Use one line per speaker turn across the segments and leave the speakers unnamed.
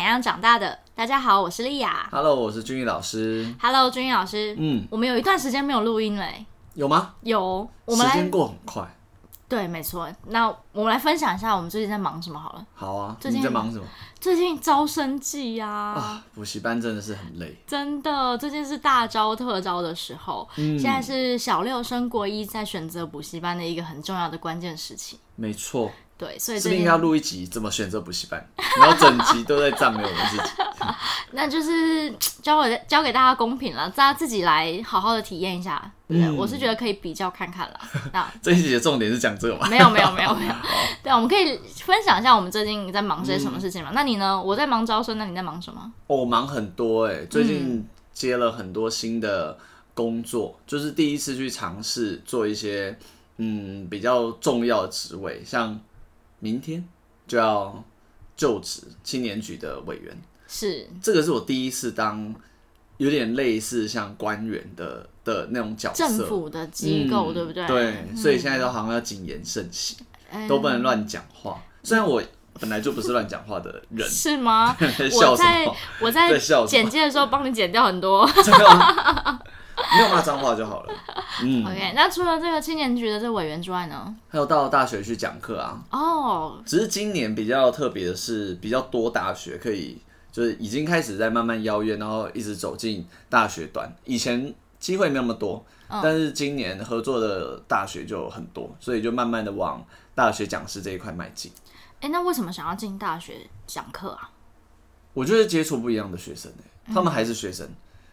样长大的。大家好，我是丽雅。
Hello，我是君毅老师。
Hello，君毅老师，
嗯，
我们有一段时间没有录音了欸，
有吗？
有，我们
时
来
间过很快。
对，没错。那我们来分享一下我们最近在忙什么好了。
好啊，
最近
你在忙什么
最近招生季呀、啊，
啊？补习班真的是很累。
真的，最近是大招特招的时候，
嗯
现在是小六升国一在选择补习班的一个很重要的关键时期。
没错，
对，所以
是
最
不是应
近
该要录一集怎么选择补习班，然后整集都在赞美我们自 己。
那就是交给交给大家公平了，大家自己来好好的体验一下。对不对，
嗯
我是觉得可以比较看看了。那
这一集的重点是讲这个吧？
没有没有没有没有，对，啊我们可以分享一下我们最近在忙些什么事情嘛？
嗯
那你呢？我在忙招生，那你在忙什么？
哦我忙很多哎、最
嗯
近接了很多新的工作，就是第一次去尝试做一些嗯比较重要的职位，像明天就要就职青年局的委员。
是
这个是我第一次当有点类似像官员的的那种角色，
政府的机构，
嗯
对不对？
对，所以现在都好像要谨言慎行，
嗯
都不能乱讲话。虽然我本来就不是乱讲话的 人，
是吗？我
笑什
在
么？
我在
在笑什么
简介的时候帮你剪掉很多。
这个 没有骂脏话就好了。嗯，
OK，那除了这个青年局的这个委员之外呢？
还有到大学去讲课啊，
哦，
只是今年比较特别的是，比较多大学可以就是已经开始在慢慢邀约，然后一直走进大学端。以前机会没那么多，但是今年合作的大学就很多，所以就慢慢的往大学讲师这一块迈进。
哎，那为什么想要进大学讲课啊？
我就是接触不一样的学生、欸，他们还是学生，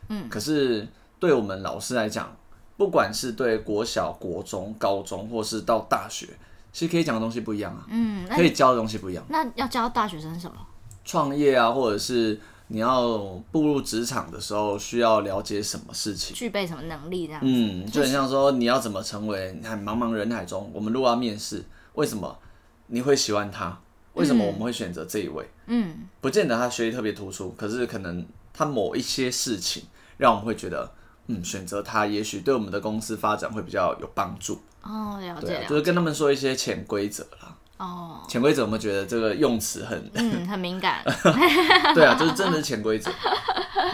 嗯，可是对我们老师来讲，不管是对国小、国中、高中，或是到大学，其实可以讲的东西不一样啊，
嗯，那
可以教的东西不一样。啊
那要教大学生什么？
创业啊，或者是你要步入职场的时候，需要了解什么事情。
具备什么能力这样？
嗯，就很像说你要怎么成为你看茫茫人海中，我们如果要面试，为什么你会喜欢他？为什么我们会选择这一位？
嗯，
不见得他学历特别突出，可是可能他某一些事情让我们会觉得，嗯，选择他也许对我们的公司发展会比较有帮助。
哦，了
对
解
啊，
了，
就是跟他们说一些潜规则啦。
哦，
潜规则，我们觉得这个用词很
嗯，很敏感，
对啊，就是真的是潜规则，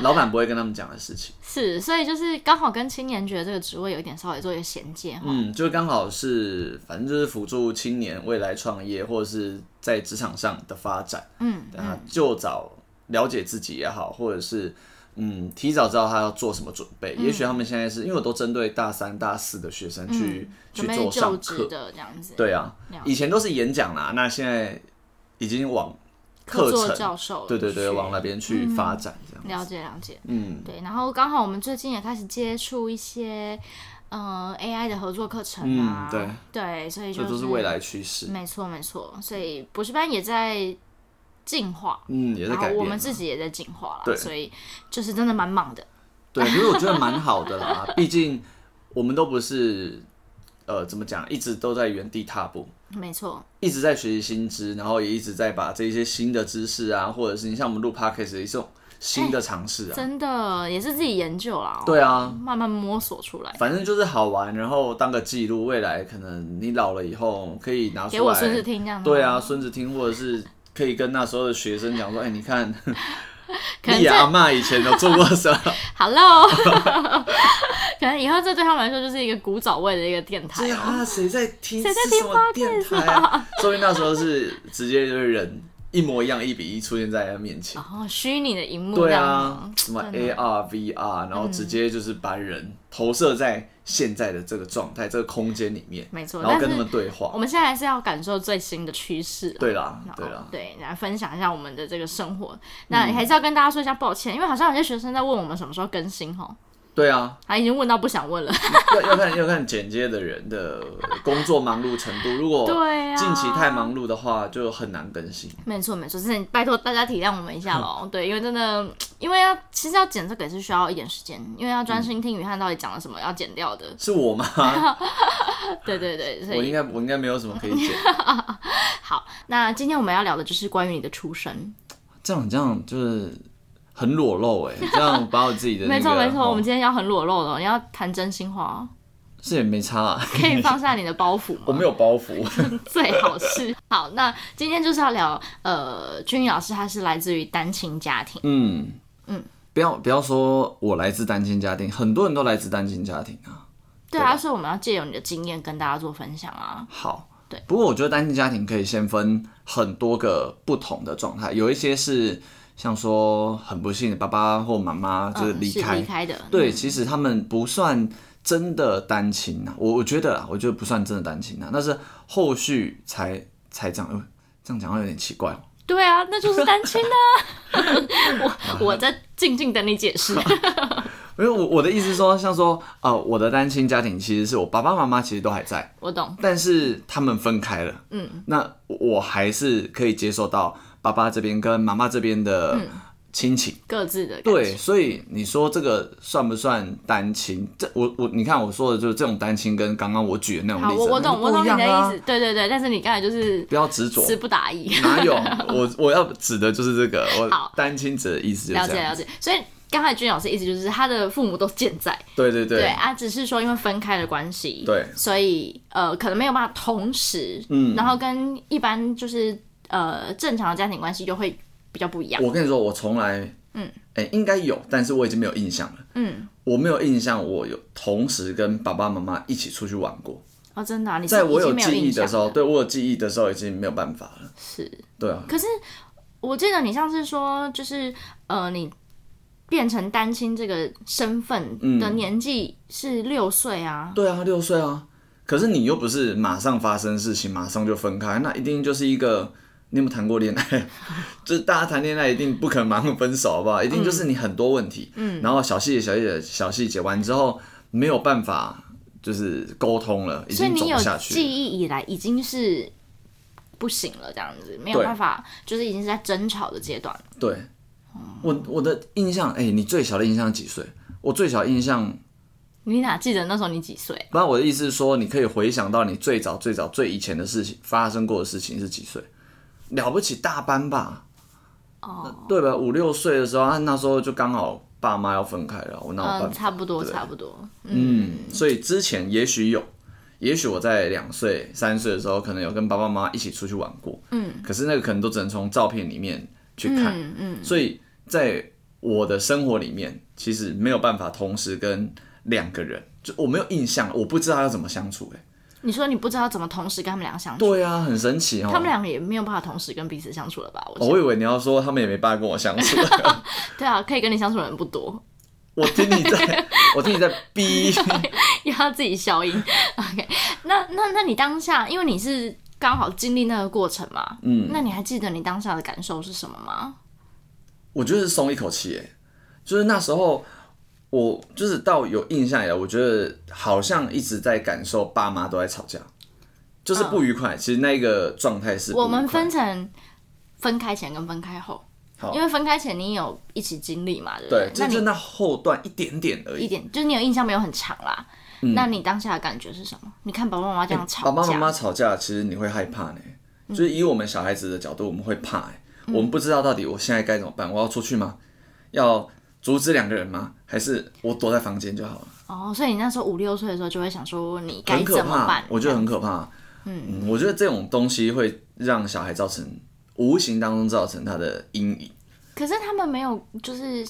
老板不会跟他们讲的事情。
是，所以就是刚好跟青年局的这个职位有一点稍微做一个衔接哈。
嗯，就刚好是，反正就是辅助青年未来创业或者是在职场上的发展，
嗯，
让他就早了解自己也好，或者是嗯提早知道他要做什么准备。也许
嗯
他们现在是因为我都针对大三、大四的学生去、去
准备
做
就
上
职
课，
的这样子，
对啊
了，
以前都是演讲啦，那现在已经往课
座
程，
教嗯授，
对对对，往那边去发展这样。
了解了解。
嗯，
对，然后刚好我们最近也开始接触一些，呃，AI 的合作课程啊，
嗯
对，所以就
这
是
都是未，来趋势。
没错没错，所以补习班也在进化，
嗯，也在
然后
改变。
我们自己也在进化了，
对
所以就是真的蛮忙的，
对，其实我觉得蛮好的啦，毕竟我们都不是呃怎么讲，一直都在原地踏步，
没错，
一直在学习新知，然后也一直在把这些新的知识啊，或者是你像我们录 podcast 的一种新的尝试啊，
哎真的也是自己研究啦、哦，
对啊，
慢慢摸索出来，
反正就是好玩，然后当个记录，未来可能你老了以后可以拿
给
出
我孙子
来，
听这样子，
对啊，，孙子听，或者是可以跟那时候的学生讲说，哎、你看。
可能
丽
这
雅阿妈以前有做过什么？
，Hello，可能以后这对他们来说就是一个古早味的一个电台
对
哦、
啊，谁在听？
谁在
是
听
什么电台 啊？说明那时候是直接就是人一模一样，一比一出现在他面前
然。后虚拟的荧幕这
对
哦样子，
啊，什么
真的
AR、VR，然后直接就是把人投射在现在的这个状态、这个空间里面，
没错，
然
但
后
是
跟他们对话
我。们现在还是要感受最新的趋势啦。
对啦
然，后
对啊嗯啦，
对，来分享一下我们的这个生活。那还是要跟大家说一下抱歉，因为好像有些学生在问我们什么时候更新哈，
对啊，
他已经问到不想问了。
要要看要看剪接的人的工作忙碌程度，如果
对啊，
哦近期太忙碌的话，就很难更新。
没错没错，真的拜托大家体谅我们一下
嗯
喽。对，因为真的，因为要其实要剪这个也是需要一点时间，因为要专心听雨汉到底讲了什么要剪掉的。
是 我吗？
对对对，所
我应
以
该我应该没有什么可以剪。
好，那今天我们要聊的就是关于你的出身。
这样这样就是很欸裸露哎、这样把我自己的、那
没
个
错没错，
哦
我们今天要很裸露的哦，你要谈真心话哦。
是也没差、啊，
可以放下你的包袱吗？
我没有包袱。
最好是好。那今天就是要聊，呃，君宇老师他是来自于单亲家庭，
嗯
嗯，
不要不要说我来自单亲家庭，很多人都来自单亲家庭啊。
对啊，所以我们要借由你的经验跟大家做分享啊。
好，
对。
不过我觉得单亲家庭可以先分很多个不同的状态，有一些是像说很不幸的爸爸或妈妈就是
嗯
离
是
开，
离开的，
对，
嗯
其实他们不算真的单亲啊，我我觉得啊，我觉得不算真的单亲啊，但是后续才才讲，呃这样讲会有点奇怪哦。
对啊，那就是单亲 啊。我我在静静等你解 释。
因为我我的意思是说，像说呃，我的单亲家庭其实是我爸爸妈妈其实都还在，
我懂，
但是他们分开了，
嗯，
那我还是可以接受到爸爸这边跟妈妈这边的亲情。
各自嗯的感
对，
情
所以你说这个算不算单亲？这我我你看我说的就是这种单亲，跟刚刚我举的那种
好，
例子，
我我懂，我懂你
那不
的
一样啊
意思。，对对对，但是你刚才就是
不要执着，
词不达意。
哪有？ 我我要指的就是这个，
好
我单亲指的意思就是
了
这
解了
样。
解，所以刚才君老师意思就是他的父母都健在，
对对
对
对，
啊，只是说因为分开的关系，
对
所以呃可能没有办法同时，
嗯
然后跟一般就是呃正常的家庭关系就会比较不一样，
我跟你说，我从来，嗯，哎、应该有，但是我已经没有印象了。
嗯，
我没有印象，我有同时跟爸爸妈妈一起出去玩过。
哦真的、啊，你是
在我
已经没有
记忆
印象
的时候，
了
对我有记忆的时候已经没有办法了。
是，
对啊，
可是我记得你上次说就是呃你。变成单亲这个身
嗯
份的年纪是六岁啊，
对啊，六岁啊。可是你又不是马上发生事情，马上就分开，那一定就是一个。你有没有谈过恋爱？ 就是大家谈恋爱一定不可能马上分手，好不好？一定就是你很多问题，嗯，然后小细节、小细节、小细节完之后没有办法，就是沟通了，已
所以
经走
你有
不下
记
去了。
忆以来已经是不行了，这样子没有
对
办法，就是已经是在争吵的阶段了。
对，我我的印象，哎、你最小的印象几岁？我最小印象
你哪记得那时候你几岁？
不然我的意思是说，你可以回想到你最早、最早、最以前的事情发生过的事情是几岁？了不起大班吧？
哦，
对吧？五六岁的时候，啊，那时候就刚好爸妈要分开了，我哪有办
嗯，
法？
差不多，
对
差不多。
嗯，所以之前也许有，也许我在两岁、三岁的时候，可能有跟爸爸妈妈一起出去玩过。
嗯，
可是那个可能都只能从照片里面去看。
嗯嗯，
所以在我的生活里面，其实没有办法同时跟两个人，就我没有印象，我不知道要怎么相处、欸。
你说你不知道怎么同时跟他们两个相处，
对啊，很神奇哦。
他们两个也没有办法同时跟彼此相处了吧？我
哦
觉
我
得
以为你要说他们也没办法跟我相 处。
对啊，可以跟你相处的人不多，
我听你在，我听你在逼。
也要自己消音。OK，那那那你当下，因为你是刚好经历那个过程嘛，嗯，那你还记得你当下的感受是什么吗？
我就是松一口气，哎，就是那时候我就是到有印象以来，我觉得好像一直在感受爸妈都在吵架，就是不愉快。其实那个状态是不愉
嗯
快
我们分成分开前跟分开后，
好
因为分开前你也有一起经历嘛，对不
对，
那
就
你
就那后段一点点而
一
已。
点，就是你有印象没有很长啦。那你当下的感觉是什么？你看爸爸妈妈这样吵架，
爸嗯哎爸妈妈吵架，其实你会害怕呢。就是以我们小孩子的角度，我们会怕、欸，我们不知道到底我现在该怎么办。我要出去吗？要阻止两个人吗？还是我躲在房间就好了？
哦，所以你那时候五六岁的时候就会想说你该
很可
怎么
怕
办？，
我觉得很可怕。嗯，我觉得这种东西会让小孩造成无形当中造成他的阴影。
可是他们没有，就是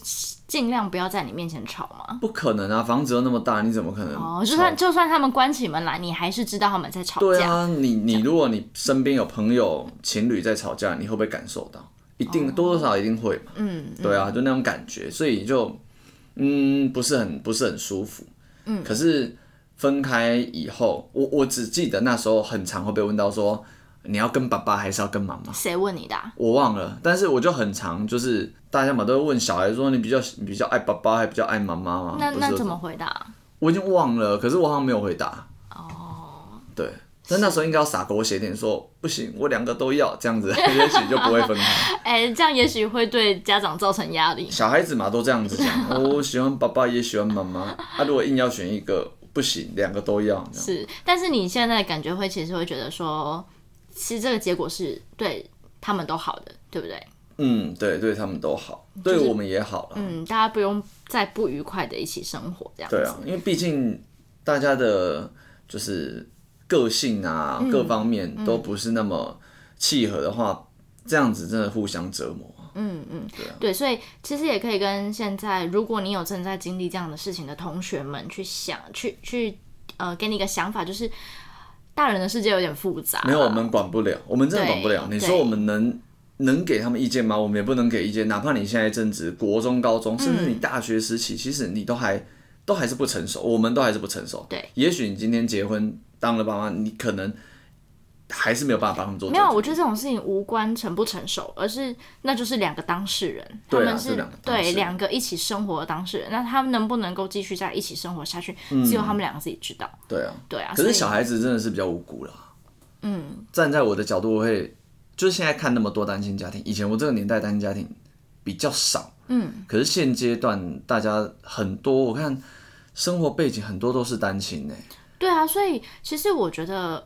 尽量不要在你面前吵嘛。
不可能啊，房子又那么大，你怎么可能？
哦，就算就算他们关起门来，你还是知道他们在吵
对
架。
啊，你你如果你身边有朋友情侣在吵架，你会不会感受到？一
哦
定多多少少一定会嘛。
嗯，
对啊，就那种感觉，所以就嗯不是很不是很舒服。嗯，可是分开以后，我我只记得那时候很常会被问到说，你要跟爸爸还是要跟妈妈？
谁问你的啊、
我忘了，但是我就很常就是大家嘛都会问小孩说你比较你比较爱爸爸还比较爱妈妈吗？
那
哦不是
那
有
怎
这
么
种？
回答？
我已经忘了，可是我好像没有回答。
哦，
对，但那时候应该要撒狗血一点说不行，我两个都要这样子， 也许就不会分开。
哎、这样也许会对家长造成压力。
小孩子嘛都这样子讲，哦我喜欢爸爸也喜欢妈妈，啊如果硬要选一个不行，两个都要这样。
是，但是你现在的感觉会其实会觉得说，其实这个结果是对他们都好的，对不对？
嗯，对，对他们都好，对我们也好了。
嗯
啊
嗯，大家不用再不愉快的一起生活这样子。
对啊，因为毕竟大家的就是个性啊、各方面都不是那么契合的话，这样子真的互相折磨。
嗯嗯，
对啊
对，所以其实也可以跟现在，如果你有正在经历这样的事情的同学们去想，去去呃，给你一个想法，就是大人的世界有点复杂。
没有，我们管不了，我们真的
对
管不了。你说
呃对
我们能能给他们意见吗？我们也不能给意见。哪怕你现在正值国中、高中，甚
嗯
至你大学时期，其实你都还都还是不成熟，我们都还是不成熟。
对，
也许你今天结婚当了爸妈，你可能还是没有办法帮他们做决
没
定。
有，我觉得这种事情无关成不成熟，而是那就是两个当事人，他
对啊
们
这
是
两个当事
对
人
两个一起生活的当事人，那他们能不能够继续在一起生活下去，只有他们两个自己知道。
对啊，
对啊，
嗯可
所
是
以
小孩子真的是比较无辜啦。嗯，站在我的角度，我会就是现在看那么多单亲家庭，以前我这个年代单亲家庭比较少。嗯，可是现阶段大家很多，我看生活背景很多都是单亲欸呢、
对啊，所以其实我觉得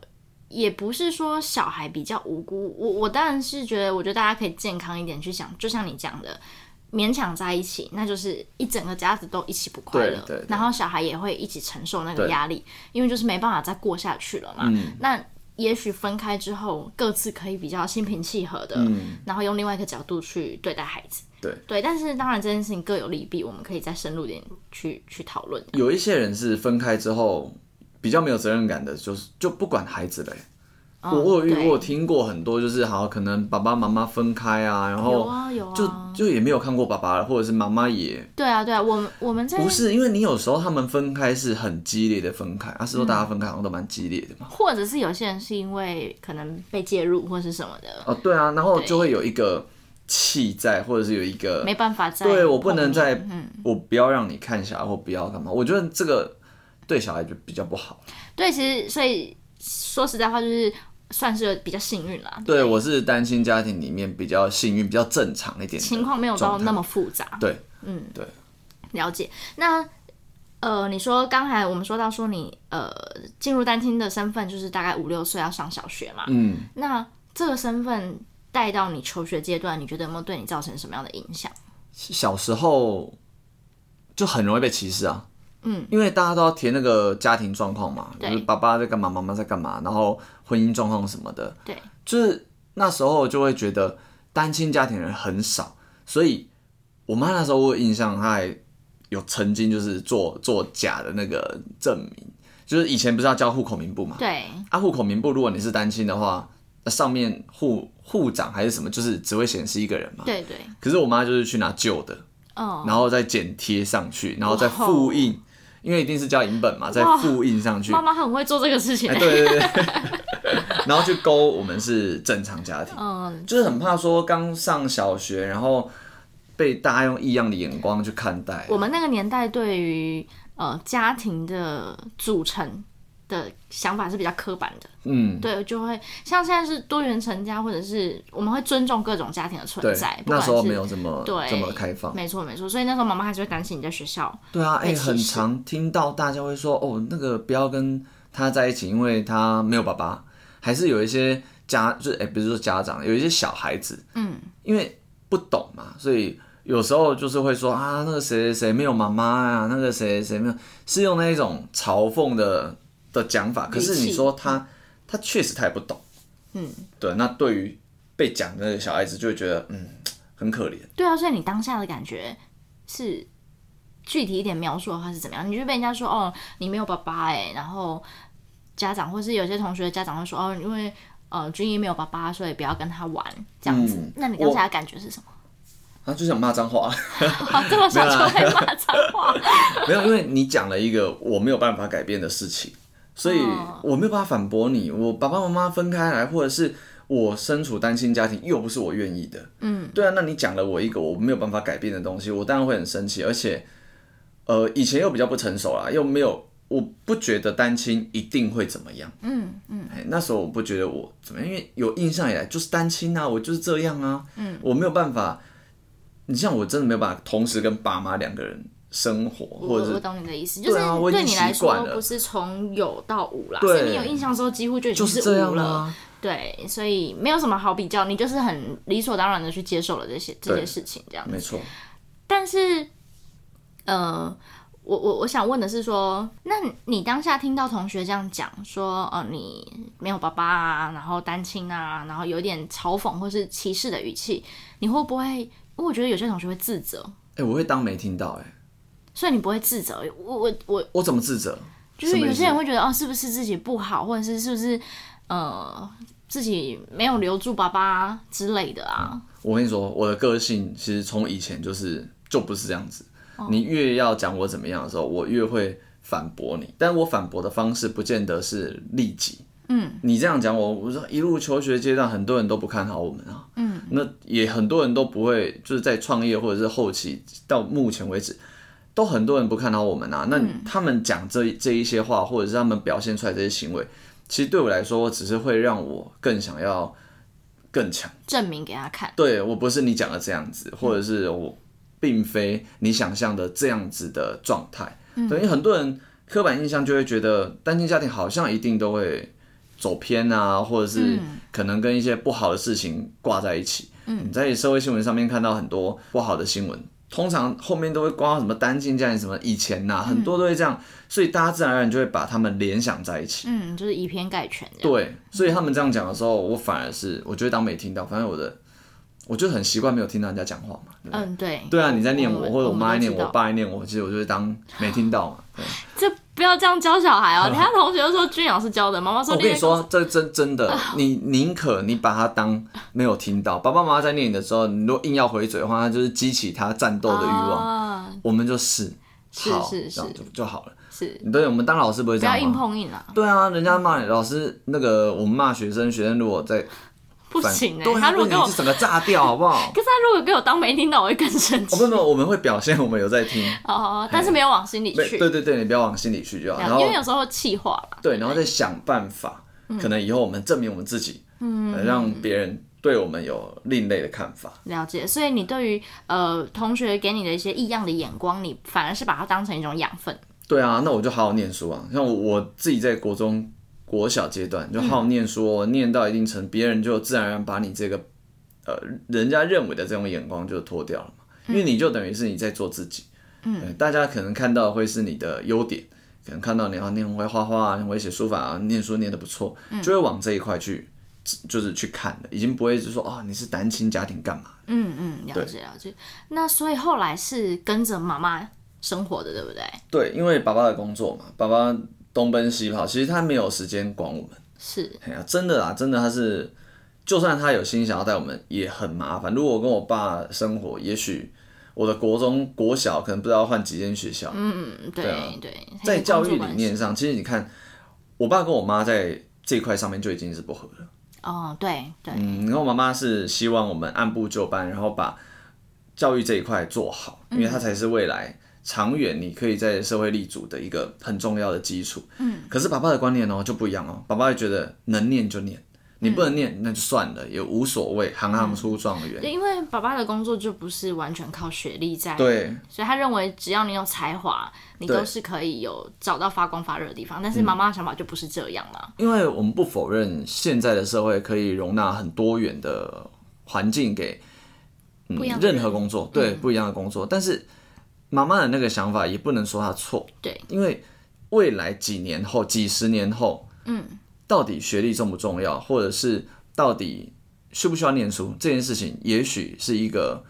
也不是说小孩比较无辜，我我当然是觉得，我觉得大家可以健康一点去想，就像你讲的。勉强在一起，那就是一整个家子都一起不快乐
对对对，
然后小孩也会一起承受那个
对嗯
压力，因为就是没办法再过下去了嘛。那也许分开之后，各自可以比较心平气和的，然后用另外一个角度去对待孩子。
嗯对
对，但是当然这件事情各有利弊，我们可以再深入一点去去讨论。
有一些人是分开之后比较没有责任感的，就是就不管孩子嘞、欸
嗯
我我有遇
对
过，听过很多，就是好可能爸爸妈妈分开啊，然
有
后
啊有啊，
就就也没有看过爸爸了，或者是妈妈也
对啊，对啊，我们我们在
不是，因为你有时候他们分开是很激烈的分开，啊，是说大家
嗯
分开好像都蛮激烈的嘛。
或者是有些人是因为可能被介入或是什么的，
哦，对啊，然后就会有一个气在，或者是有一个
没办法再
呃对我不能
碰
再
面嗯，
我不要让你看小孩，或不要干嘛。我觉得这个对小孩就比较不好。
对，其实所以说实在话，就是算是比较幸运啦，
对我是单亲家庭里面比较幸运、比较正常一点的
情况没有到
状态
那么复杂。
对，
嗯，
对，
了解。那呃，你说刚才我们说到说你呃进入单亲的身份就是大概五六岁要上小学嘛，
嗯，
那这个身份带到你求学阶段，你觉得有没有对你造成什么样的影响？
小时候就很容易被歧视啊。
嗯，
因为大家都要填那个家庭状况嘛，就
对
是爸爸在干嘛，妈妈在干嘛，然后婚姻状况什么的。
对，
就是那时候就会觉得单亲家庭人很少，所以我妈那时候我有印象，她还有曾经就是做做假的那个证明，就是以前不是要交户口名簿嘛，
对，
啊，户口名簿如果你是单亲的话，那上面户户长还是什么，就是只会显示一个人嘛。
对对，
可是我妈就是去拿旧的，
嗯。
然后再剪贴上去，然后再复印，因为一定是叫影本嘛，再复印上去
妈。妈很会做这个事情
哎，。对对对，对 然后去勾我们是正常家庭，
嗯，
就是很怕说刚上小学，然后被大家用异样的眼光去看待。
我们那个年代对于呃家庭的组成的想法是比较刻板的，
嗯，
对，就会像现在是多元成家，或者是我们会尊重各种家庭的
对
存在，，不
那
管
时候
是
没有这么
对
这么开放。
没错没错，所以那时候妈妈还是会担心你在学校，
对啊，哎、
被歧视
很常听到大家会说，哦，那个不要跟他在一起，因为他没有爸爸。还是有一些家，就是哎、不是说家长，有一些小孩子，
嗯，
因为不懂嘛，所以有时候就是会说啊，那个谁谁谁没有妈妈啊，那个谁谁谁没有，是用那一种嘲讽的的讲法。可是
语气
你说他，他确实他也不懂，
嗯，
对。那对于被讲的那个小孩子，就会觉得嗯，很可怜。
对啊，所以你当下的感觉是具体一点描述的话是怎么样？你就被人家说哦，你没有爸爸哎、然后家长或是有些同学的家长会说哦，因为呃军医没有爸爸，所以不要跟他玩这样子。
嗯
那你当下的感觉是什么？
啊，就想骂脏话，
啊，这么小就会骂脏 话，
没有，因为你讲了一个我没有办法改变的事情，所以
哦
我没有办法反驳你。我爸爸妈妈分开来，或者是我身处单亲家庭，又不是我愿意的。
嗯，
对啊，那你讲了我一个我没有办法改变的东西，我当然会很生气。而且，呃，以前又比较不成熟啦，又没有，我不觉得单亲一定会怎么样。
嗯嗯，
哎，那时候我不觉得我怎么样，因为有印象以来就是单亲啊，我就是这样啊，嗯，我没有办法。你像我真的没有办法同时跟爸妈两个人生活，
我
或者是
我懂你的意思，就是
对啊我已
对
经
你来
习惯
说
了
不是从有到无啦，所
对
以你有印象之后几乎就已经
就是
无
这样
了。
啊。
对，所以没有什么好比较，你就是很理所当然的去接受了这些这些
对
事情，这样。
没错，
但是，呃，我我我想问的是说，那你当下听到同学这样讲说，呃，你没有爸爸啊，然后单亲啊，然后有点嘲讽或是歧视的语气，你会不会？因为我觉得有些同学会自责，
哎、我会当没听到、哎，
所以你不会自责。我我我，
我怎么自责？
就是
什么意
有
思
些人会觉得，哦，是不是自己不好，或者是是不是呃自己没有留住爸爸啊之类的啊？
我跟你说，我的个性其实从以前就是就不是这样子。你越要讲我怎么样的时候，我越会反驳你，但我反驳的方式不见得是利己。嗯，你这样讲我，我说一路求学阶段，很多人都不看好我们啊。嗯，那也很多人都不会，就是在创业或者是后期到目前为止，都很多人不看好我们啊。那他们讲这这一些话，或者是他们表现出来这些行为，其实对我来说，只是会让我更想要更强。
证明给他看，
对我不是你讲的这样子，或者是我并非你想象的这样子的状态。等于很多人刻板印象就会觉得单亲家庭好像一定都会走偏啊，或者是可能跟一些不好的事情挂在一起。嗯，你在社会新闻上面看到很多不好的新闻，通常后面都会挂到什么单亲家庭什么以前呐、很多都会这样，所以大家自然而然就会把他们联想在一起。
嗯，就是以偏概全这样。
对，所以他们这样讲的时候，我反而是我觉得当没听到，反正我的我就很习惯没有听到人家讲话嘛。对不对
嗯，对，
对啊，你在念
我
我，
们
或者我妈在念
哦我们
我，
都知道
爸在念我，其实我就会当没听到嘛。对
这不要这样教小孩 哦。他同学都说君老师教的，妈妈说
我跟你
另外一个
说，这真真的，
哦
你宁可你把它当没有听到，爸爸妈妈在念你的时候，你如果硬要回嘴的话，那就是激起他战斗的欲望。
啊
我们就是
是
好
是
这样
是
就就好了。
是
对，我们当老师不会
不
这
要
样
硬
吗？
碰硬啊，
对啊，人家骂你老师那个，我们骂学生，学生如果在
不
反
行哎、
对啊
他如果
不
给
行
我，
就整个炸掉，好不好？
可是他如果给我当没听到，我会更生
哦
气。
不不，我们会表现我们有在听，
哦，但是没有往心里
没
去，
对对对，你不要往心里去就好。然后
因为有时候气话啦，
对，然后再想办法，可能以后我们证明我们自己，嗯，让别人对我们有另类的看法。
了解。所以你对于呃同学给你的一些异样的眼光，你反而是把它当成一种养分。
对啊，那我就好好念书啊。像我我自己在国中、国小阶段就好好念书哦、念到一定程度，别人就自然而然把你这个呃人家认为的这种眼光就脱掉了嘛，因为你就等于是你在做自己。嗯、大家可能看到的会是你的优点，可能看到你啊，你很会画画啊，你很会写书法啊，念书念得不错，就会往这一块去，就是去看的，已经不会就说啊、你是单亲家庭干嘛？
嗯嗯，了解了解。那所以后来是跟着妈妈生活的，对不对？
对，因为爸爸的工作嘛，爸爸东奔西跑，其实他没有时间管我们。
是
哎呀，真的啦，真的他是，就算他有心想要带我们，也很麻烦。如果我跟我爸生活，也许我的国中、国小可能不知道换几间学校。
嗯对
对啊
对，
在教
工
育
作
理
关系
念上，其实你看，我爸跟我妈在这一块上面就已经是不合了。
哦，对对，
嗯，然后我妈妈是希望我们按部就班，然后把教育这一块做好，因为它才是未来长远你可以在社会立足的一个很重要的基础。嗯，可是爸爸的观念哦就不一样哦，爸爸会觉得能念就念，你不能念那就算了，也无所谓，行行出状元。
对，因为爸爸的工作就不是完全靠学历在，
对
所以他认为只要你有才华，你
对嗯
都是可以有找到发光发热的地方。但是妈妈的想法就不是这样啦。
因为我们不否认现在的社会可以容纳很多元的环境给，嗯
不一样，的人嗯
任何工作，对、不一样的工作，但是妈妈的那个想法也不能说她错，
对，
因为未来几年后、几十年后，嗯，到底学历重不重要，或者是到底需不需要念书这件事情，也许是一个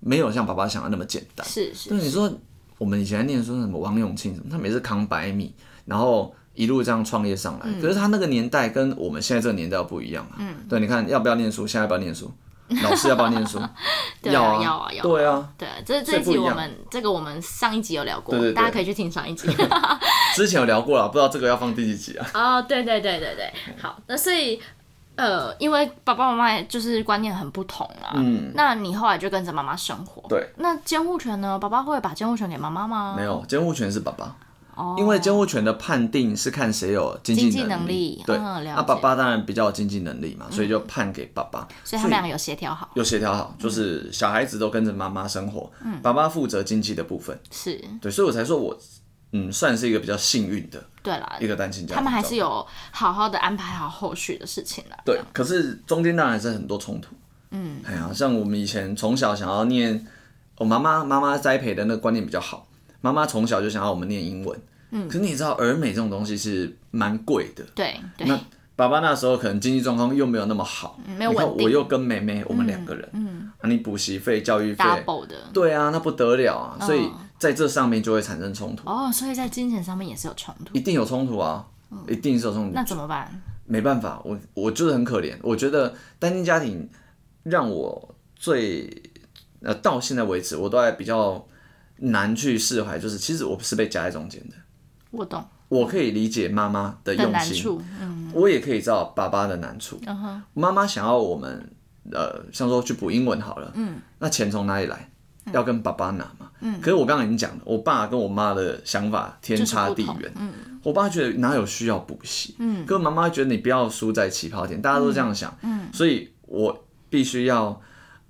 没有像爸爸想的那么简单。
是
啊对，
是
你说我们以前在念书什么王永庆什么，他每次扛百米，然后一路这样创业上来。
嗯
可是他那个年代跟我们现在这个年代不一样啊。嗯，对，你看要不要念书？现在要不要 念书？老师要不要念书？
对啊
啊，
要啊要啊
对啊。
对，这
所以
这一
不一
集我
样
们这个我们上一集有聊过，
对对对
大家可以去听上一 集。
之前有聊过了，啊不知道这个要放第几集啊？
哦，对对对对对，好，那所以呃，因为爸爸妈妈就是观念很不同啦，嗯，那你后来就跟着妈妈生活，
对，
那监护权呢？爸爸会把监护权给妈妈吗？
没有，监护权是爸爸，
哦，
因为监护权的判定是看谁有经
经济
济
能力
对，
嗯了
那爸
解嗯
爸当然比较有经济能力嘛，所以就判给爸爸。
所以他们两个有协调好，
有协调好，就是
嗯
小孩子都跟着妈妈生活，爸爸负责经济的部分。
是
对，所以我才说我，嗯，算是一个比较幸运的
对啦
一，个单亲家庭。
他们还是有好好的安排好后续的事情啦。
对，可是中间当然还是很多冲突。嗯，哦哎呀，像我们以前从小想要念，我妈妈妈妈栽培的那个观念比较好，妈妈从小就想要我们念英文，嗯，可是你知道儿美这种东西是蛮贵的，
对对，
那爸爸那时候可能经济状况又没有那么好，
嗯没有
你看
稳定
我又跟妹妹，我们两个人，
嗯
啊你补习费、教育费，
，double 的
对啊，那不得了啊，所以
嗯
在这上面就会产生冲突，
哦，所以在金钱上面也是有冲突
一，定有冲突啊，
嗯
一定是有冲突
那。怎么办？
没办法，我我就是很可怜。我觉得单亲家庭让我最呃到现在为止，我都还比较难去释怀，就是其实我是被夹在中间的。
我懂
我可以理解妈妈的
的
用
难
心，
处，嗯
我也可以知道爸爸的难处。
嗯哼，
妈妈想要我们呃，像说去补英文好了，嗯，那钱从哪里来？要跟爸爸拿嘛，嗯，可是我刚刚已经讲了，我爸跟我妈的想法天
就是
差
不
地
同
远，，
嗯
我爸觉得哪有需要补习，
嗯，
可我妈妈觉得你不要输在起跑点，大家都这样想，嗯，所以我必须要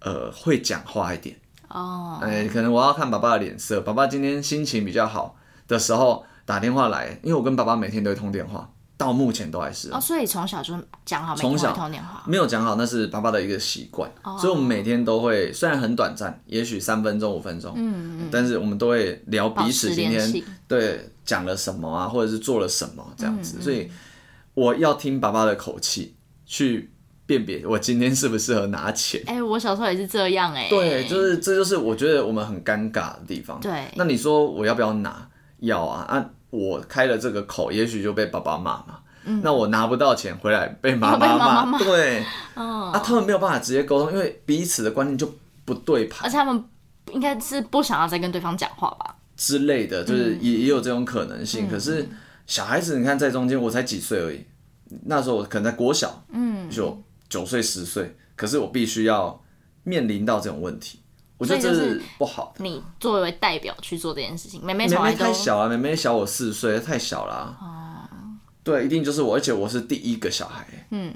呃会讲话一点，
哦，
哎、可能我要看爸爸的脸色，爸爸今天心情比较好的时候打电话来，因为我跟爸爸每天都会通电话，到目前都还是、
哦，所以从小就讲好每
从
天
小
会通电话，
没有讲好，那是爸爸的一个习惯，
哦
所以我们每天都会，虽然很短暂，也许三分钟、五分钟，
嗯嗯，
但是我们都会聊
保
彼此
持
今
联
天
系，
对讲了什么啊，或者是做了什么这
嗯
样子，所以我要听爸爸的口气去辨别我今天适不适合拿钱。
哎，我小时候也是这样，哎，
对，就是这就是我觉得我们很尴尬的地方。
对
那你说我要不要拿？要啊，啊，我开了这个口，也许就被爸爸骂嘛。那我拿不到钱回来被妈
又嗯 被
妈
妈妈骂
骂，对
嗯，
啊，他们没有办法直接沟通，因为彼此的观念就不对盘
而且他们应该是不想要再跟对方讲话吧？
之类的，
嗯
就是也也有这种可能性。可是小孩子，你看在中间，我才几岁而已，那时候我可能在国小，嗯，就九岁十岁，可是我必须要面临到这种问题，我觉得
所
这
以就是
是不好的。
你作为代表去做这件事情，妹妹
妹
从来
妹
都
太小啊了，妹妹小我四岁，太小了
哦
啊、对，一定就是我，而且我是第一个小孩。嗯。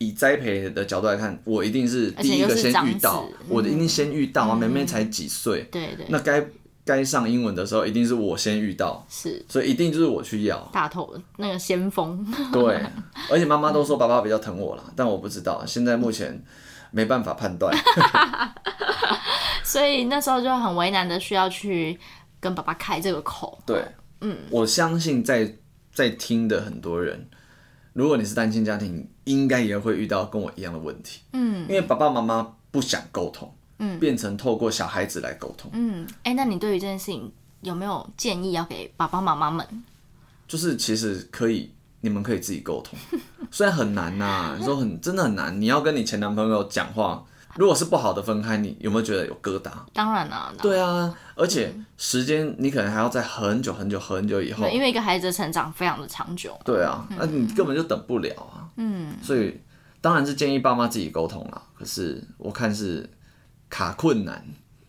以栽培的角度来看，我一定是第
而
一
且又
个
是
先
长
遇到
子，嗯
我一定先遇到啊！妹妹才几岁，
对对
那该该上英文的时候，一定是我先遇到，
是。
所以一定就是我去要
大头那个先锋，
对，而且妈妈都说爸爸比较疼我啦，但我不知道，现在目前没办法判断。
所以那时候就很为难的需要去跟爸爸开这个口。
对，嗯，我相信在在听的很多人，如果你是单亲家庭，应该也会遇到跟我一样的问题。嗯，因为爸爸妈妈不想沟通，嗯，变成透过小孩子来沟通。
嗯，哎、那你对于这件事情有没有建议要给爸爸妈妈们？
就是其实可以，你们可以自己沟 通，虽然很难呐、有时候很真的很难。你要跟你前男朋友讲话，如果是不好的分开，你有没有觉得有疙瘩？
当然啦、啊，
对啊，而且时间你可能还要在很久很久很久以后
对，。因为一个孩子的成长非常的长久。
对啊，那、你根本就等不了啊。嗯，所以当然是建议爸妈自己沟通啦。可是我看是卡困难，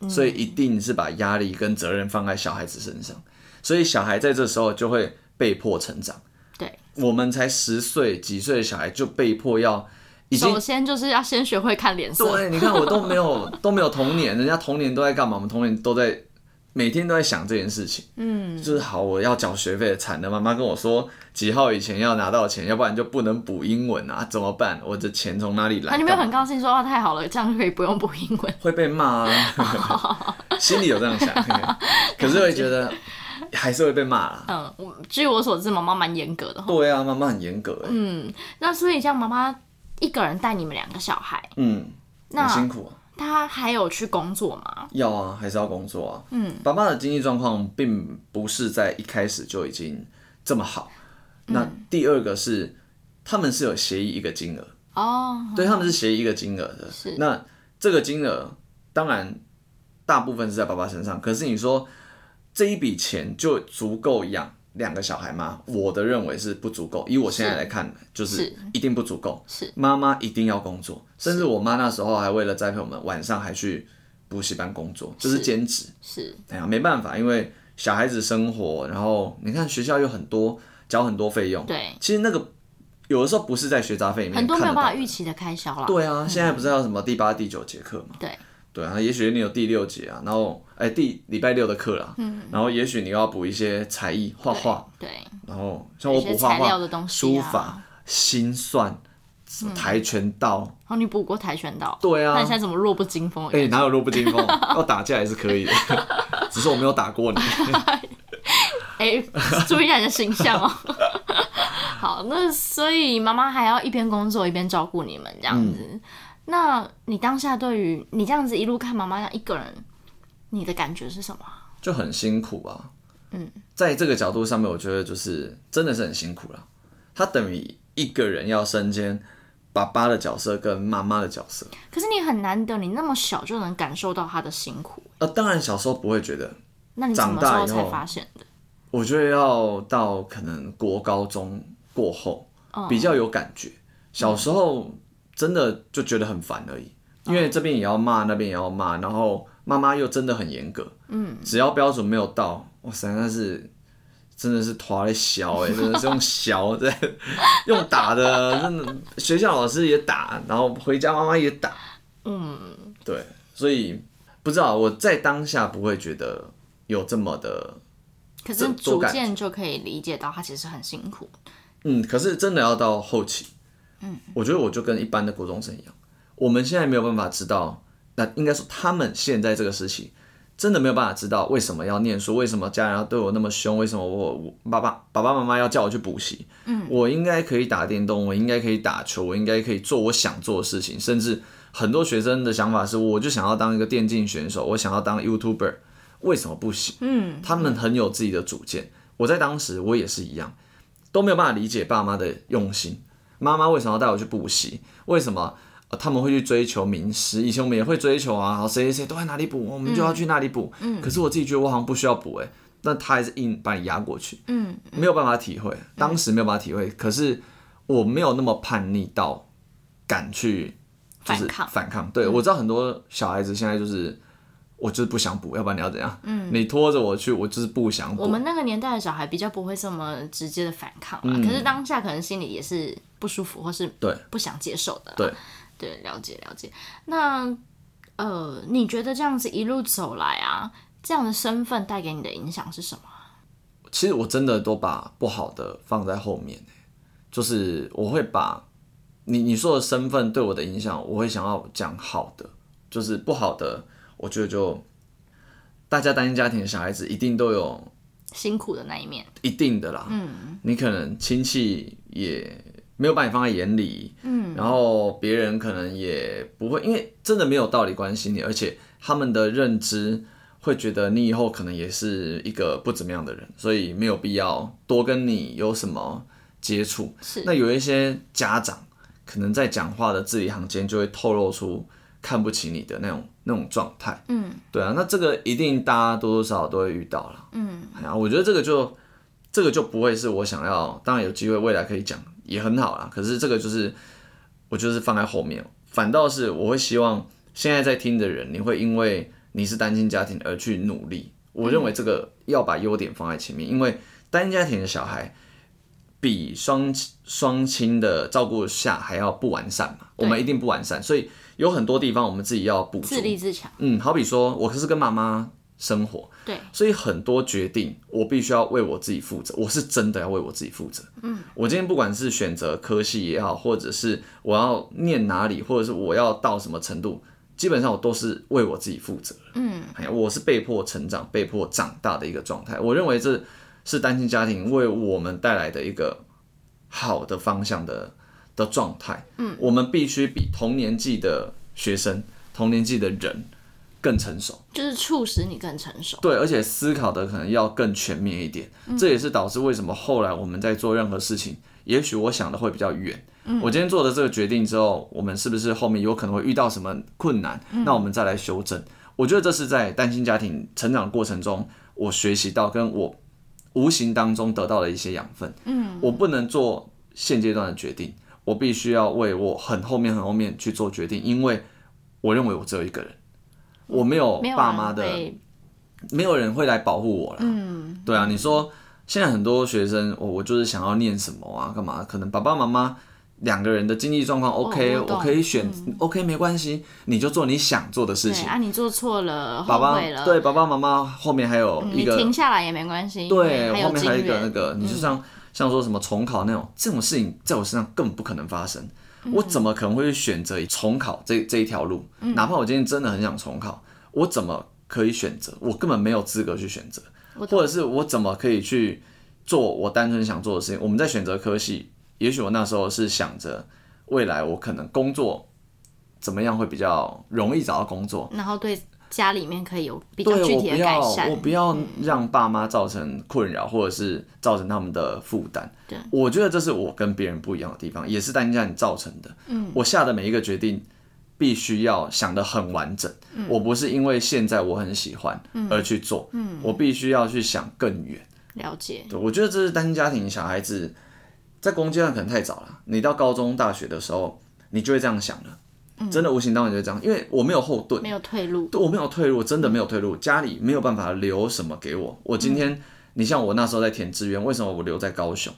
所以一定是把压力跟责任放在小孩子身上，所以小孩在这时候就会被迫成长。
对，
我们才十岁几岁的小孩就被迫要已经
首先就是要先学会看脸色，
对，你看我都没有都没有童年，人家童年都在干嘛？我们童年都在每天都在想这件事情。嗯，就是好，我要缴学费，惨了，妈妈跟我说几号以前要拿到钱，要不然就不能补英文啊，怎么办？我的钱从哪里来？
啊那你没有
干
很
嘛
高兴说哇太好了，这样就可以不用补英文？
会被骂啊， 心里有这样想， 可是会觉得还是会被骂啦。
嗯，我据我所知，妈妈蛮严格的。
对啊，妈妈很严格欸、嗯
那所以像妈妈一个人带你们两个小孩，那
嗯很辛苦、啊。
她还有去工作吗？
要啊，还是要工作啊。嗯，爸爸的经济状况并不是在一开始就已经这么好。那
嗯
第二个是，他们是有协议一个金额，
哦，
对，他们是协议一个金额的。
是
那这个金额当然大部分是在爸爸身上，可是你说这一笔钱就足够养两个小孩吗？我的认为是不足够，以我现在来看，就是
是
一定不足够。
是
妈妈一定要工作，甚至我妈那时候还为了栽培我们，晚上还去补习班工作，就是
是
兼职。
是，
哎呀，没办法，因为小孩子生活，然后你看学校有很多缴很多费用，
对，
其实那个有的时候不是在学杂费里面
很多没有办法
嗯看得到
预期的开销啦。
对啊，现在不是要什么第八、第九节课嘛？
对
对啊，也许你有第六节啊，然后哎、第礼拜六的课啦，嗯，然后也许你要补一些才艺，画画，
对，
然后像我
一些
补画
材
画
料的东西
书
啊嗯
法、心算、什么跆拳道，
哦，你补过跆拳道，
对啊，
那你现在怎么弱不禁风？
哎、哪有弱不禁风？要打架也是可以的，只 只是我没有打过你。
哎、 注意一下你的形象哦。 好，那所以妈妈还要一边工作一边照顾你们这样子。
嗯
那你当下对于你这样子一路看妈妈这样一个人，你的感觉是什么？
就很辛苦啊。嗯，在这个角度上面，我觉得就是真的是很辛苦了。他等于一个人要身兼爸爸的角色跟妈妈的角色。
可是你很难得，你那么小就能感受到她的辛苦，
呃，当然小时候不会觉得，
那你什么时
长大
候
以
才
后
发现的？
我觉得要到可能国高中过后比较有感觉。小时候真的就觉得很烦而已，因为这边也要骂，那边也要骂，然后妈妈又真的很严格。嗯，只要标准没有到，哇塞，那是真的是拖来削 哎，真的是用削在用打的，真的学校老师也打，然后回家妈妈也打。嗯，对，所以不知道我在当下不会觉得有这么的
可
这
是
种
逐
感
渐就可以理解到她其实很辛苦。
嗯，可是真的要到后期，嗯，我觉得我就跟一般的国中生一样，我们现在没有办法知道，那应该说他们现在这个时期，真的没有办法知道为什么要念书，为什么家人要对我那么凶，为什么我我爸爸爸爸妈妈要叫我去补习，嗯，我应该可以打电动，我应该可以打球，我应该可以做我想做的事情，甚至很多学生的想法是，我就想要当一个电竞选手，我想要当 YouTuber，为什么不行？嗯，他们很有自己的主见，我在当时我也是一样。都没有办法理解爸妈的用心。妈妈为什么要带我去补习？为什么、呃他们会去追求名师？以前我们也会追求啊，好谁谁谁都在哪里补，我们就要去哪里补。嗯。可是我自己觉得我好像不需要补哎、欸，但他还是硬把你压过去。嗯。没有办法体会，当时没有办法体
嗯
会。可是我没有那么叛逆到敢去就是
反抗嗯
反抗。对，我知道很多小孩子现在就是。我就是不想补，要不然你要怎样？嗯，你拖着我去，我就是不想补。
我们那个年代的小孩比较不会这么直接的反抗
嗯
啦，可是当下可能心里也是不舒服或是
对
不想接受的啦。
对
对，了解了解。那呃，你觉得这样子一路走来啊，这样的身份带给你的影响是什么？
其实我真的都把不好的放在后面、欸就是我会把你你说的身份对我的影响，我会想要讲好的，就是不好的，我觉得就大家单亲家庭的小孩子一定都有
辛苦的那一面，
一定的啦，嗯，你可能亲戚也没有把你放在眼里，嗯，然后别人可能也不会，因为真的没有道理关心你，而且他们的认知会觉得你以后可能也是一个不怎么样的人，所以没有必要多跟你有什么接触。
是
那有一些家长可能在讲话的字里行间就会透露出看不起你的那种那种状态，
嗯，
对啊，那这个一定大家多多少少都会遇到啦。嗯，然后我觉得这个就这个就不会是我想要，当然有机会未来可以讲也很好啦。可是这个就是我就是放在后面，反倒是我会希望现在在听的人，你会因为你是单亲家庭而去努力。我认为这个要把优点放在前面，因为单亲家庭的小孩比双亲双亲的照顾下还要不完善嘛，我
对
们一定不完善，所以有很多地方我们自己要补足
自。立自强，
嗯，好比说我是跟妈妈生活，
对，
所以很多决定我必须要为我自己负责，我是真的要为我自己负责。嗯，我今天不管是选择科系也好，或者是我要念哪里，或者是我要到什么程度，基本上我都是为我自己负责。嗯，哎呀，我是被迫成长、被迫长大的一个状态。我认为这是单亲家庭为我们带来的一个好的方向的的状态。嗯，我们必须比同年纪的学生、同年纪的人更成熟。
就是促使你更成熟。
对，而且思考的可能要更全面一点。这也是导致为什么后来我们在做任何事情，也许我想的会比较远。我今天做的这个决定之后，我们是不是后面有可能会遇到什么困难？那我们再来修正。我觉得这是在单亲家庭成长过程中，我学习到跟我无形当中得到的一些养分。嗯，我不能做现阶段的决定，我必须要为我很后面很后面去做决定，因为我认为我只有一个人，我没有
没有
哦
啊
爸
人
妈的。
会
没有人会来保护我啦。嗯，对啊，你说现在很多学生，哦我我就是想要念什么啊，干嘛？可能爸爸妈妈两个人的经济状况 OK，、
哦我懂嗯
可以选、OK 没关系，你就做你想做的事
对
情。
啊，你做错了，
爸
后
爸
悔了，
对爸爸妈妈后面还有
嗯
一
你
个
停下来也没关系，因为
对，
还
后
有嗯
面
金
还有一个那
源，
个，你就像、像说什么重考那种这种事情，在我身上根本不可能发生。
嗯
我怎
嗯
么可能会去选择重考这这一条路？哪怕我今天真的很想重考，我怎么可以选择，我根本没有资格去选择，
我懂
或者是我怎么可以去做我单纯想做的事情？我们在选择科系，也许我那时候是想着未来我可能工作怎么样会比较容易找到工作，
然后对家里面可以有比较
对
具
我
体
不
的改
要
善
我。不要让爸妈造成困扰，或者是造成他们的负担。
对，
我觉得这是我跟别人不一样的地方，也是单家你造成的。嗯，我下的每一个决定必须要想得很完整。嗯、我不是因为现在我很喜欢而去做，嗯，我必须要去想更远。
了解，
对，我觉得这是单亲家庭小孩子在攻阶段可能太早了。你到高中、大学的时候，你就会这样想了，真的无形当中你就这样，因为我没有后盾，
没有退路。
对我没有退路，真的没有退路，家里没有办法留什么给我。我今天，你像我那时候在填志愿，为什么我留在高雄？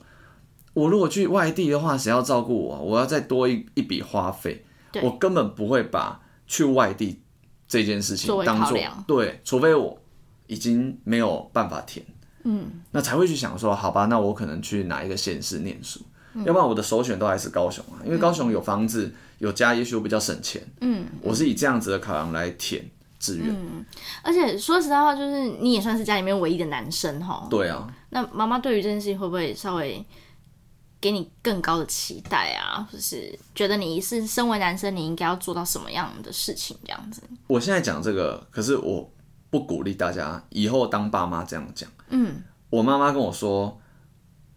我如果去外地的话，谁要照顾我啊？我要再多一一笔花费
对，
我根本不会把去外地这件事情
作为
当
考
做
量
对，除非我已经没有办法填，嗯，那才会去想说，好吧，那我可能去哪一个县市念书。
嗯
要不然我的首选都还是高雄啊，因为高雄有房子、有家，也许我比较省钱。嗯，我是以这样子的考量来填志愿。
嗯而且说实在话，就是你也算是家里面唯一的男生哈。
对啊，
那妈妈对于这件事情会不会稍微给你更高的期待啊？就是觉得你是身为男生，你应该要做到什么样的事情这样子？
我现在讲这个，可是我不鼓励大家以后当爸妈这样讲。
嗯，
我妈妈跟我说，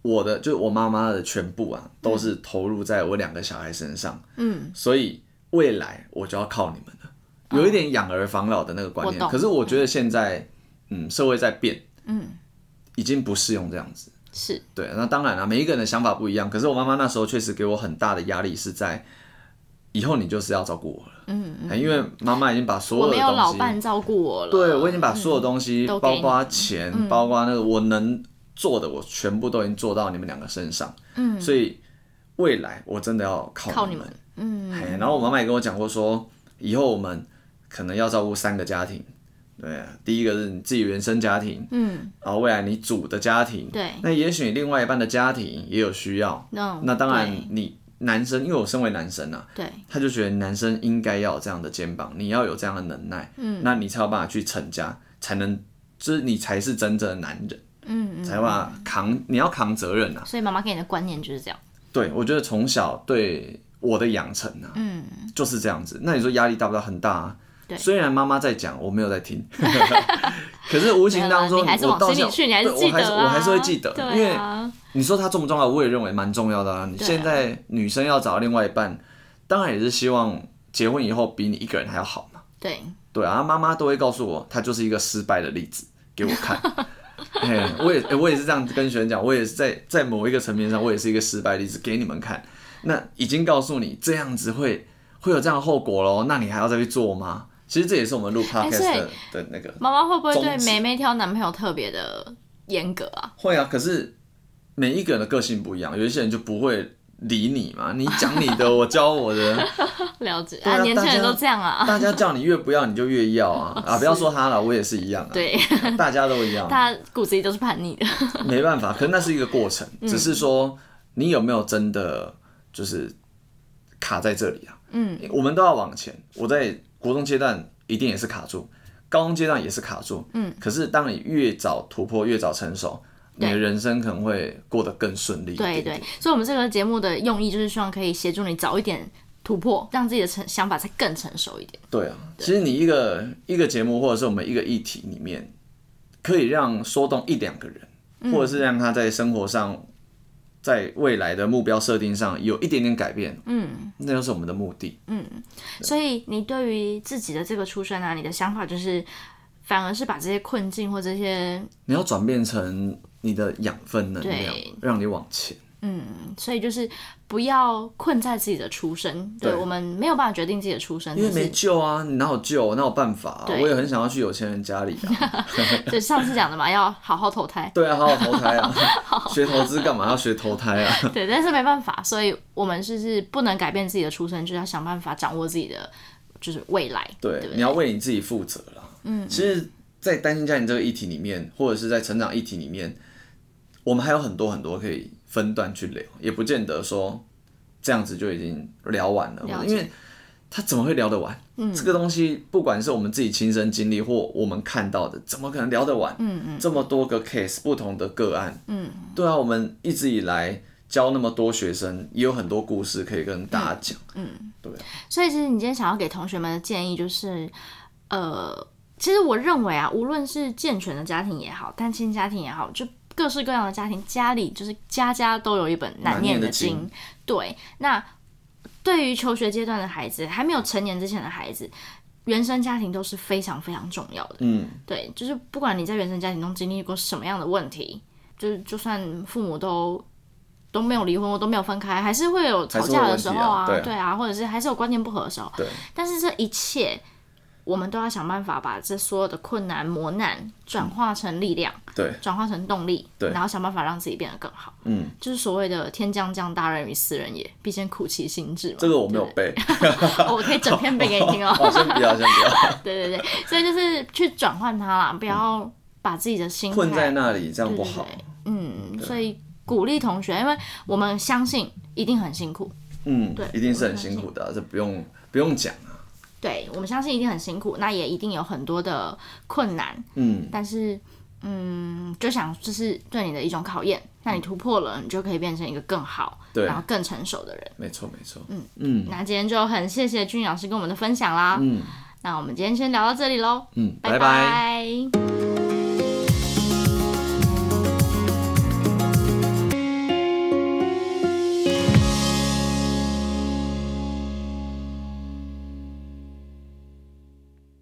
我的就是我妈妈的全部啊，都是投入在我两个小孩身上。
嗯，
所以未来我就要靠你们了，有一点养儿防老的那个观
哦我
念。
懂
可是我觉得现在，嗯，社会在变，嗯，已经不适用这样子。
是
对，那当然了，每一个人的想法不一样。可是我妈妈那时候确实给我很大的压力，是在以后你就是要照顾我了。嗯嗯，因为妈妈已经把所
我
有的
没
东西，
有老伴照顾我了。
对我已经把所有东西，
嗯都给
包
你嗯
括钱，包括那个我能做的，我全部都已经做到你们两个身上。嗯，所以未来我真的要靠
靠
你
你
们
们。。嗯，
嘿然后我妈妈也跟我讲过说，以后我们可能要照顾三个家庭。对啊，第一个是你自己原生家庭，
嗯，
然后未来你组的家庭，
对
那也许你另外一半的家庭也有需要，
那
那当然
哦对
你男生，因为我身为男生啊，
对
他就觉得男生应该要有这样的肩膀，你要有这样的能耐，嗯，那你才有办法去成家，才能就是你才是真正的男人，
嗯
才有办法扛，你要扛责任啊。
所以妈妈给你的观念就是这样。
对，我觉得从小对我的养成啊，嗯，就是这样子。那你说压力大不大？很大啊。
对
虽然妈妈在讲，我没有在 听，可是无形当中，
没有啦你还是
我
往
到
心
现
里
在
去，你还是记
对我还是
得、啊
我还是会记得，因
对
为
啊，
你说它重不重要，我也认为蛮重要的啊。你
对啊
现在女生要找另外一半，当然也是希望结婚以后比你一个人还要好嘛。
对，
对啊，妈妈都会告诉我，她就是一个失败的例子给我 看。嘿我也、欸我也是这样跟学生讲，我也是在在某一个层面上，我也是一个失败的例子给你们看。那已经告诉你这样子会会有这样的后果喽，那你还要再去做吗？其实这也是我们录 podcast
哎所以
的、的那个
妈妈会不会对
宗旨
梅梅挑男朋友特别的严格啊？
会啊，可是每一个人的个性不一样，有一些人就不会理你嘛，你讲你 的，我教我的，
了解
对啊
年轻
大
人
家
都这样 啊。
大家叫你越不要你就越 要啊啊！不要说他了，我也是一样啊，
对，
大家都一 样，
大家骨子里都是叛逆的。
没办法，可是那是一个过程，
嗯
只是说你有没有真的就是卡在这里啊？
嗯，
我们都要往前。我在国中阶段一定也是卡住，高中阶段也是卡住，嗯。可是当你越早突破，越早成熟，你的
对
人生可能会过得更顺利一
对
点点。
对，所以我们这个节目的用意就是希望可以协助你早一点突破，让自己的成想法再更成熟一点。
对啊，其实你一个一个节目或者是我们一个议题里面，可以让说动一两个人，
嗯
或者是让他在生活上，在未来的目标设定上有一点点改变，嗯，那就是我们的目的。
所以你对于自己的这个出身啊，你的想法就是，反而是把这些困境或这些，
你要转变成你的养分能量
对，
让你往前。
嗯所以就是不要困在自己的出身。对
对
我们没有办法决定自己的出身，
因为
但
没
是
救啊，你哪有救，哪有办法、啊？
对
我也很想要去有钱人家里啊。
就上次讲的嘛，要好好投胎。
对啊，好好投 胎啊，学投资干嘛要学投胎啊？
对，但是没办法，所以我们就是不能改变自己的出身，就要想办法掌握自己的就是未来。
对，
对不
你要为你自己负责啦。嗯，其实，在单亲家庭这个议题里面，或者是在成长议题里面，我们还有很多很多可以分段去聊，也不见得说这样子就已经聊完了，
了解
因为他怎么会聊得完？嗯，这个东西不管是我们自己亲身经历或我们看到的，怎么可能聊得完？嗯嗯，这么多个 case，不同的个案，嗯，对啊，我们一直以来教那么多学生，也有很多故事可以跟大家讲，嗯，对啊，
所以其实你今天想要给同学们的建议就是，呃，其实我认为啊，无论是健全的家庭也好，单亲家庭也好，就各式各样的家庭，家里就是家家都有一本难
难
念
念的
经。
经
对，那对于求学阶段的孩子，还没有成年之前的孩子。原生家庭都是非常非常重要的，
嗯，
对，就是不管你在原生家庭中经历过什么样的问题，就是就算父母都都没有离婚，或都没有分开，还是会有吵
还是会
架
有
的
问
时
题
候
啊对啊
对啊，或者是还是有观念不合的时候，
对，
但是这一切，我们都要想办法把这所有的困难、磨难转化成力量，
对，
转化成动力，
对
然后想办法让自己变得更好。
嗯，
就是所谓的“天将降大任于斯人也，必先苦其心志”嘛。
这个我没有
对
背，
不对、哦我可以整 篇背给你听
哦，
哦。
先不要，先 不要，
对对对，所以就是去转换它啦，不要把自己的心态
嗯困在那里这样不好
对，对对嗯，所以鼓励同学，因为我们相信一定很辛苦，
嗯
对，
一定是很辛苦的啊，这不用不用讲啊，
对我们相信一定很辛苦，那也一定有很多的困难，
嗯，
但是，嗯，就想这是对你的一种考验。那你突破了，你就可以变成一个更好，
对
然后更成熟的人。
没错没错，
嗯那今天就很谢谢俊老师跟我们的分享啦。
嗯
那我们今天先聊到这里喽，
嗯，
拜
拜
拜